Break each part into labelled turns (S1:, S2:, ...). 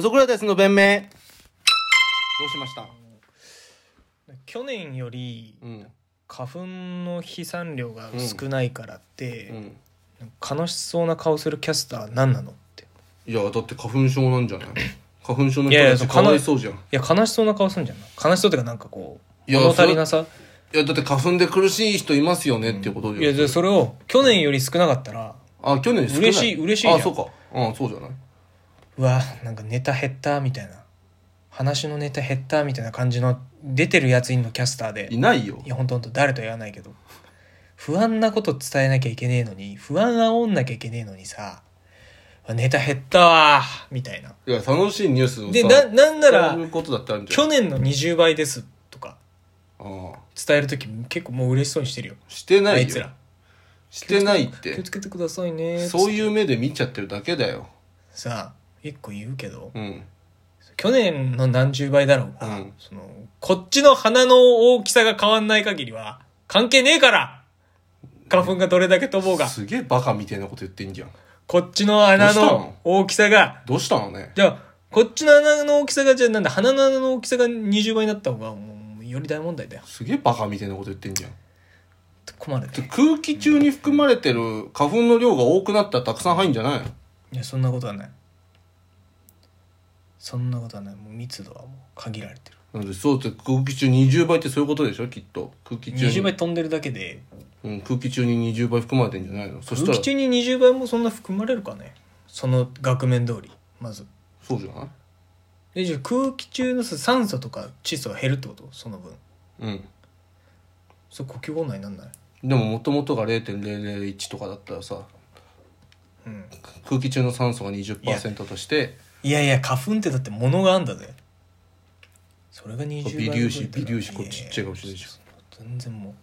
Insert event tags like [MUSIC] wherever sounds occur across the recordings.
S1: ソクラテスの弁明どうしました
S2: 去年より
S1: うん
S2: 花粉の飛散量が少ないからって、
S1: うん
S2: 悲しそうな顔するキャスター何なのって
S1: いやだって花粉症なんじゃない花粉症の
S2: いや
S1: 人
S2: い
S1: た
S2: やそ
S1: ち
S2: う
S1: かわいそうじゃんい
S2: いや悲しそうな顔するんじゃない悲しそうっていうかなんかこう
S1: いや
S2: 物足りなさ
S1: やだって花粉で苦しい人いますよねっていうこと
S2: いやじゃあそれを去年より少なかったら
S1: あ去年少ない
S2: 嬉しい嬉しいじゃん
S1: あそうかうんそうじゃないう
S2: わなんかネタ減ったみたいな話のネタ減ったみたいな感じの出てるやついんのキャスターで
S1: いないよ
S2: いや本当本当誰とは言わないけど不安なこと伝えなきゃいけねえのに不安煽んなきゃいけねえのにさあネタ減ったわみたいない
S1: や楽しいニュースをさ
S2: でななんなら
S1: そういうことだってあるんじゃ
S2: 去
S1: ん
S2: 年の20倍ですとか
S1: ああ
S2: 伝える時結構もう嬉しそうにしてるよ
S1: して
S2: あ
S1: ないい
S2: つ
S1: よ
S2: ら
S1: してないっ
S2: 気を
S1: て
S2: つけてくださいね
S1: そう
S2: う
S1: いう目で見ちゃってるだけだよ
S2: さあ一個言うけど
S1: うん
S2: 去年の何十倍だろうが、
S1: うん
S2: そのこっちの鼻の大きさが変わんない限りは関係ねえから花粉がどれだけ飛ぼうが
S1: すげえバカみたいなこと言ってんじゃん
S2: こっちの
S1: どう
S2: 穴
S1: した
S2: の
S1: の
S2: 大きさが
S1: どうしたのね
S2: じゃあこっちの穴の大きさがじゃあなんだ鼻の穴の大きさが20倍になった方がもうより大問題だよ
S1: すげえバカみたいなこと言ってんじゃん
S2: 困るね
S1: で空気中に含まれてる花粉の量が多くなったらたくさん入んじゃないの
S2: いやそんなことはないそんなことはないもう密度はもう限られてる
S1: なんでそうって空気中20倍ってそういうことでしょきっと空気中に
S2: 20倍飛んでるだけで
S1: うん、空気中に20倍含まれてんじゃないのそした
S2: 空
S1: ら
S2: 気中に20倍もそんな含まれるかねその額面通りまず
S1: そうじゃない
S2: でじゃあ空気中の酸素とか窒素が減るってことその分
S1: うん
S2: それ呼吸困難になんない
S1: でももともとが0.001とかだったらさ
S2: うん
S1: 空気中の酸素が20%として
S2: いやいや花粉ってだって物があんだぜそれが20倍
S1: 微粒子
S2: 増えたら
S1: 微粒子これ
S2: や
S1: ちっちゃいかもしれないじゃん
S2: 全然もう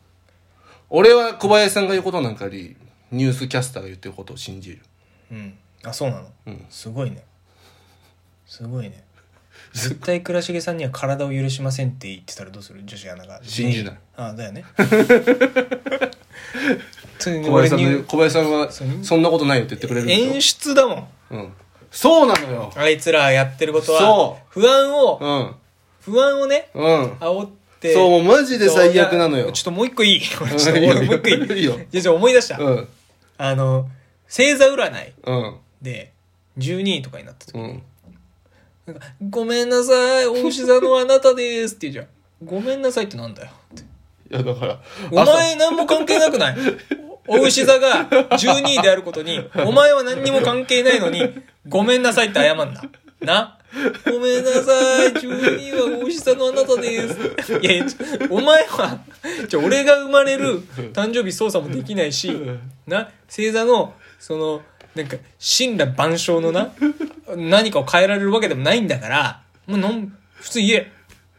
S1: 俺は小林さんが言うことなんかよりニュースキャスターが言ってることを信じる
S2: うんあそうなの、
S1: うん
S2: すごいねすご
S1: [LAUGHS]
S2: いね絶対倉重さんには体を許しませんって言ってたらどうする女子アナが
S1: 信じない
S2: あだよ
S1: [LAUGHS]
S2: ねついに
S1: 小林さ
S2: 俺
S1: んの
S2: に
S1: 小林さんは
S2: そう
S1: そんなことないよって言ってくれるん
S2: 演
S1: でし
S2: 出だもん
S1: ょ、うん、そうなのよ
S2: あいつらやってることは
S1: そ
S2: 不安を
S1: うん
S2: 不安をね
S1: うん
S2: 煽って
S1: そうもうマジで最悪なの
S2: そ
S1: よ
S2: うじゃあちょっともう一個
S1: [LAUGHS]
S2: いいちょっと
S1: いい
S2: も
S1: よ
S2: う一個い
S1: い
S2: い
S1: いよ
S2: じゃあじゃあ思い出した、
S1: うん
S2: あの星座占い
S1: うん
S2: で12位とかになった時
S1: うん
S2: なんかごめんなさい、お牛座のあなたですって言うじゃん。ごめんなさいってなんだよって。
S1: いやだから
S2: お前何も関係なくないお牛座が12位であることに、お前は何にも関係ないのに、ごめんなさいって謝んな。なごめんなさい、12位はお牛座のあなたです。いやいや、ちょお前は、ちょ俺が生まれる誕生日操作もできないし、な、星座の、その、なんか、神羅万象のな、何かを変えられるわけでもないんだから、もうのん、普通言え。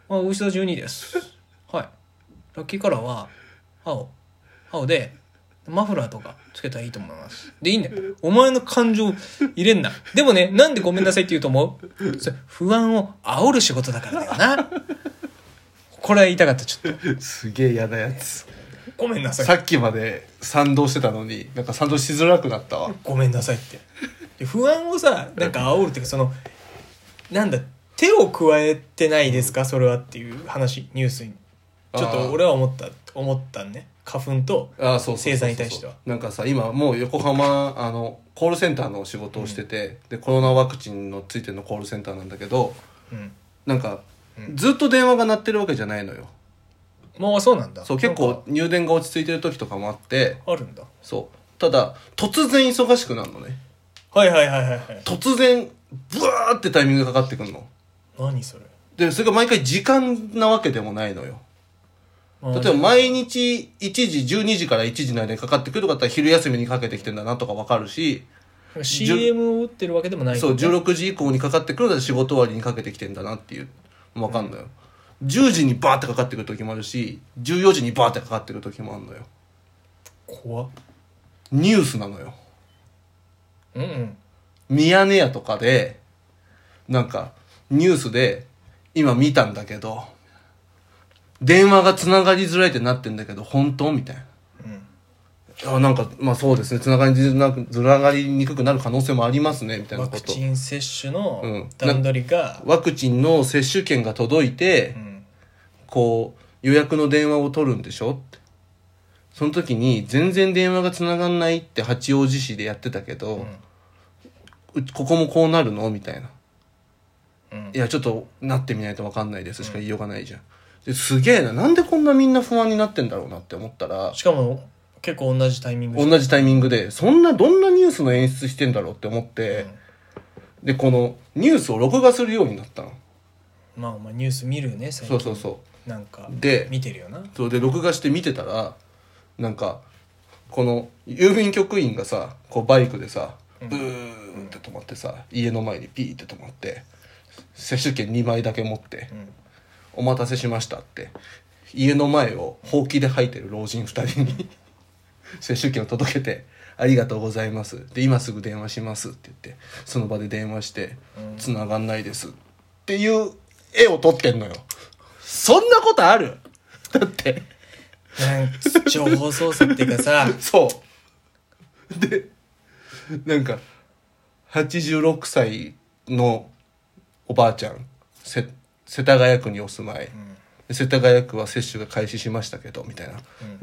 S2: あ、お牛座12です。はい。ラッキーカラーは、青。青で、マフラーとかつけたらいいと思います。で、いいんだよ。お前の感情入れんな。でもね、なんでごめんなさいって言うと思うそれ不安を煽る仕事だからだよな。これは言いたかった、ちょっと。
S1: すげえ嫌なやつ
S2: ごめんなさ
S1: さ
S2: い。
S1: っきまで賛同してたのになんか賛同しづらくなったわ
S2: ごめんなさいって。で不安をさ、なんか煽るっていうか、その、なんだ、手を加えてないですかそれはっていう話、ニュースに。ちょっと俺は思った、思ったね。花粉と、
S1: あーそうそうそうそう
S2: 生産に対しては
S1: なんかさ今もう横浜あのコールセンターの仕事をしてて、でコロナワクチンのついてのコールセンターなんだけど
S2: うん。
S1: なんか、
S2: うん
S1: ずっと電話が鳴ってるわけじゃないのよ
S2: まあそうなんだ。
S1: そう結
S2: なん
S1: 構
S2: か
S1: 入電が落ち着いてる時とかもあって
S2: あるんだ。
S1: そうただ突然忙しくなるのね
S2: はいはいはいはいはい。
S1: 突然ブワーってタイミングがかかってくるの
S2: 何それ
S1: でそれが毎回時間なわけでもないのよ例えば
S2: ば
S1: 毎日1時12時から1時の間にかかってくる方は昼休みにかけてきてんだなとかわかるし
S2: CM を打ってるわけでもない
S1: そう16時以降にかかってくるのは仕事終わりにかけてきてんだなっていうわかんのよ、10時にバーってかかってくる時もあるし14時にバーってかかってくる時もあるのよ
S2: 怖っ
S1: ニュースなのよ
S2: うんうん
S1: ミヤネ屋とかでなんかニュースで今見たんだけど電話がつながりづらいってなってんだけど本当みたいな
S2: うん
S1: あなんかまあそうですねつながりづらくつながりにくくなる可能性もありますねみたいな
S2: ワ
S1: こ
S2: ク
S1: と
S2: チン接種
S1: う
S2: の
S1: ん
S2: 段取りが、
S1: ワクチンの接種券が届いて、
S2: うん
S1: こう予約の電話を取るんでしょってその時に全然電話がつながんないって八王子市でやってたけど、うここもこうなるのみたいな
S2: うん
S1: いやちょっとなってみないと分かんないですしか言いようがないじゃん、ですげえななんでこんなみんな不安になってんだろうなって思ったら
S2: しかも結構同じタイミングで
S1: 同じタイミングでそんなどんなニュースの演出してんだろうって思って、でこのニュースを録画するようになったの
S2: まあお前ニュース見るよね最
S1: そうそ
S2: 近
S1: うそう
S2: なんか
S1: で
S2: 見てるよな
S1: そうで録画して見てたらなんかこの郵便局員がさこうバイクでさブーンって止まってさ家の前にピーって止まって接種券2枚だけ持って
S2: うん
S1: 「お待たせしました」って家の前をほうきで吐いてる老人2人に [LAUGHS] 接種券を届けて「ありがとうございます」で「今すぐ電話します」って言ってその場で電話して「繋がんないです」っていう絵を撮ってんのよそんなことあるだって
S2: なんか情報操作っていう
S1: [LAUGHS]
S2: かさ
S1: そう。で、なんか、86歳のおばあちゃん、せ世田谷区にお住まい、で世田谷区は接種が開始しましたけど、みたいな。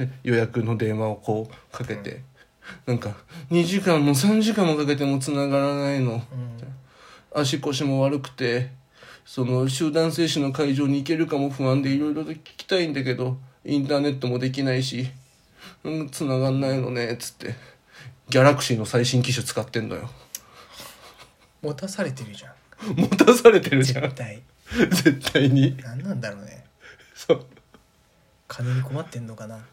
S1: で予約の電話をこうかけて、なんか、2時間も3時間もかけても繋がらないの。足腰も悪くて、その集団接種の会場に行けるかも不安でいろいろと聞きたいんだけど、インターネットもできないし、うん、繋がんないのね、つって。ギャラクシーの最新機種使ってんのよ。 [LAUGHS]
S2: 持たされてるじゃん
S1: 持たされてるじゃん
S2: 絶。対
S1: 絶対に。
S2: 何なんだろうね
S1: そう。
S2: 金に困ってんのかな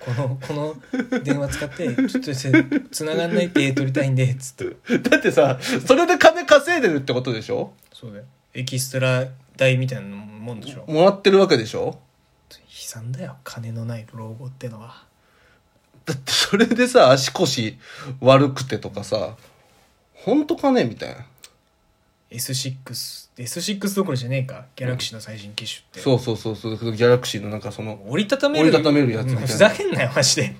S2: このこの電話使ってちょっとせ繋がんないって取りたいんでつって
S1: だってさ、それで金稼いでるってことでしょ
S2: そうだよエキストラ代みたいなもんでしょ
S1: もらってるわけでしょ
S2: 悲惨だよ金のない老後ってのは
S1: だってそれでさ、足腰悪くてとかさ、本当かねみたいな。
S2: S6S6 S6 どころじゃねえかギャラクシーの最新機種って、
S1: そうそうそうそう、ギャラクシーのなんかその、
S2: 折りたためる
S1: 折りたためるやつみたいな
S2: うんふざけんなよマジで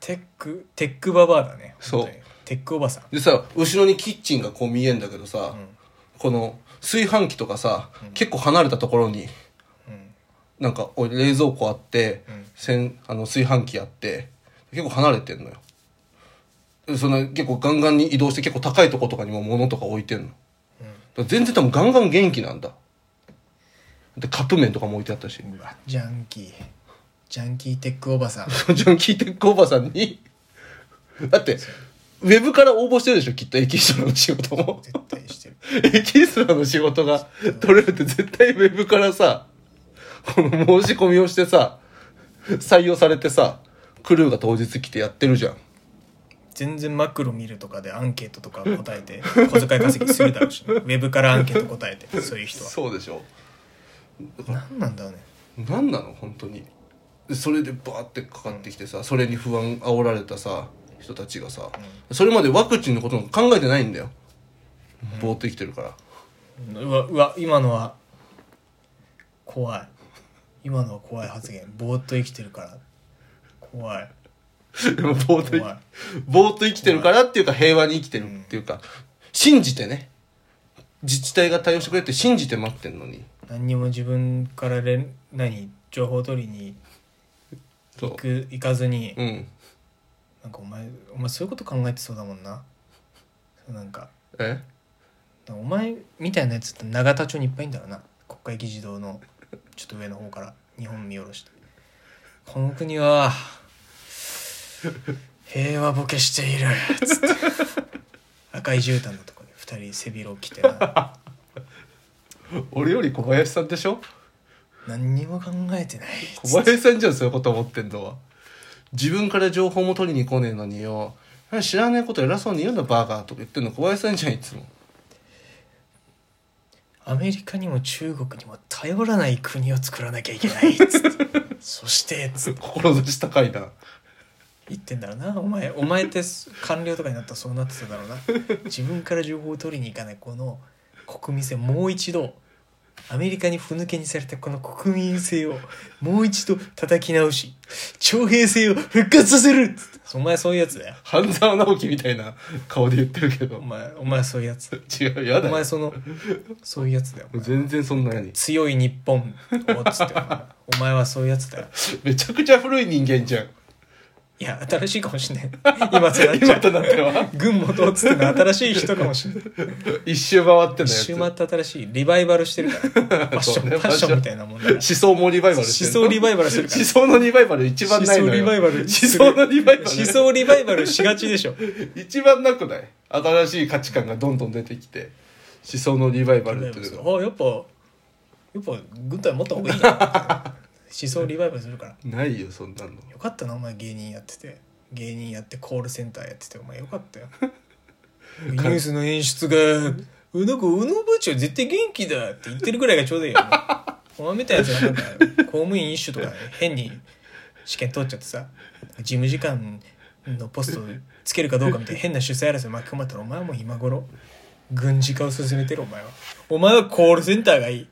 S2: テックテックババアだね
S1: そう
S2: 本当にテックおばさん
S1: でさ、後ろにキッチンがこう見えんだけどさ、この炊飯器とかさ、結構離れたところに、なんかお冷蔵庫あって、せんあの炊飯器あって、結構離れてんのよ。でその結構ガンガンに移動して結構高いとことかにも物とか置いてんの。だから全然多分ガンガン元気なんだ。で、カップ麺とかも置いてあったし。 [LAUGHS]
S2: うわジャンキージャンキーテックおばさん
S1: そのジョン・キーテックおばさんに、だって、ウェブから応募してるでしょきっとエキストラの仕事も。
S2: 絶対してる
S1: [LAUGHS] エキストラの仕事が取れるって絶対ウェブからさ、この申し込みをしてさ、採用されてさ、クルーが当日来てやってるじゃん。
S2: 全然マクロ見るとかでアンケートとか答えて小遣い稼ぎするだろうしね、ウェブからアンケート答えてそういう人は
S1: そうでしょ
S2: 何なんだろうね
S1: 何なの本当にでそれでバーってかかってきてさそれに不安煽られたさ人たちがさ、それまでワクチンのことなんか考えてないんだよ、ぼーっと生きてるから
S2: うわうわ今のは怖い今のは怖い発言ぼーっと生きてるから怖い
S1: でもぼーっと生き
S2: 怖い
S1: ぼーっと生きてるからっていうか平和に生きてるっていうか、信じてね自治体が対応してくれって信じて待ってんのに
S2: 何にも自分から連何情報取りに
S1: そ
S2: 行く行かずに、
S1: ううん
S2: なんかお前お前そういうこと考えてそうだもんななんか
S1: え
S2: お前みたいなやつって永田町にいっぱいいんだろうな国会議事堂のちょっと上の方から日本見下ろしてこの国は平和ボケしているつって赤い絨毯のとこに2人背広着てな
S1: 俺より小林さんでしょ
S2: 何にも考えてない
S1: 小林さんじゃんそういうこと思ってんのは自分から情報も取りに来ねえのによ知らないこと偉そうに言うんだバーガーとか言ってんの小林さんじゃんいつも
S2: アメリカにも中国にも頼らない国を作らなきゃいけないつってそしてつって
S1: 志高いな
S2: 言ってんだろうなお前お前ってす官僚とかになったらそうなってただろうな自分から情報を取りに行かないこの国民性もう一度アメリカにふぬけにされたこの国民性をもう一度叩き直し、徴兵制を復活させるっつってお前そういうやつだよ。
S1: 半沢直樹みたいな顔で言ってるけど
S2: お。前、お前そういうやつ。
S1: 違う、や
S2: お
S1: だよ
S2: 前。その、そういうやつだよ。お前
S1: 全然そんなに。
S2: 強い日本をつってお前、お前はそういうやつだよ。
S1: めちゃくちゃ古い人間じゃん。
S2: いや、新しいかもしんない。今となっち
S1: 今
S2: ゃ
S1: と
S2: う。
S1: なっては。
S2: 軍もどうつってのは新しい人かもしんない。
S1: 一周回ってん
S2: 一
S1: だやつ
S2: 周回って新しい、リバイバルして
S1: [LAUGHS]
S2: るから。ファッ
S1: そ
S2: ショ
S1: う
S2: ン、
S1: ね
S2: ファッションみたいなもんだから
S1: 思。想もリバイバル
S2: 思
S1: してる
S2: 想リバイバルしてるから
S1: 思。想のリバイバル一番ないのよ
S2: 思想リバイバル
S1: [LAUGHS] 思想のリバイバル
S2: 思想リバイバルしがちでしょ。
S1: 一番なくない新しい価値観がどんどん出てきて思想のリバイバルっていうの
S2: あやっぱやっぱ軍隊持った方がいいな
S1: [LAUGHS]
S2: 思想リバイバルするから
S1: ないよそんなの
S2: よかったなお前芸人やってて芸人やってコールセンターやっててお前よかった [LAUGHS] よニュースの演出が「うなんか宇野部長絶対元気だ」って言ってるぐらいがちょうどいいよお前みたいなやつがなんか公務員一種とか変に試験通っちゃってさ事務次官のポストつけるかどうかみたいな変な主催争い巻き込まれたらお前はもう今頃軍事化を進めてるお前はお前はコールセンターがいい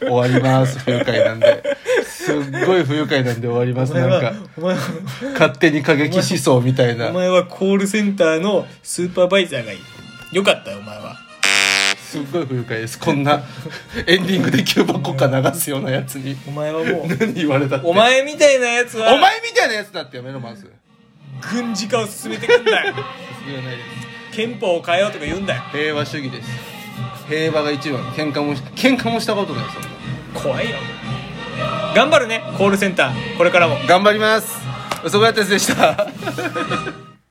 S1: 終わります不愉快なんですっごい不愉快なんで終わりま
S2: お
S1: す
S2: 前
S1: なん
S2: は
S1: か
S2: お前は
S1: 勝手に過激思想みたい
S2: お
S1: な
S2: 前はコールセンターのスーパーバイザーがいい。よかったよ、お前は。
S1: すっごい不愉快ですこんなエンディングで急箱か流すようなやつに
S2: お前はもう、
S1: 何言われたって
S2: [LAUGHS] お前みたいなやつ
S1: お
S2: は、
S1: 前みたいなやつだってやめろまず
S2: 軍事化を進めてくん [LAUGHS] だよ。
S1: 言わないです
S2: 憲法を変えようとか言うんだよ。
S1: 平和主義です平和が一番喧嘩もし喧嘩もしたことないそんな
S2: 怖いよ。頑張るね、コールセンター。これからも。
S1: 頑張ります嘘やったやつでした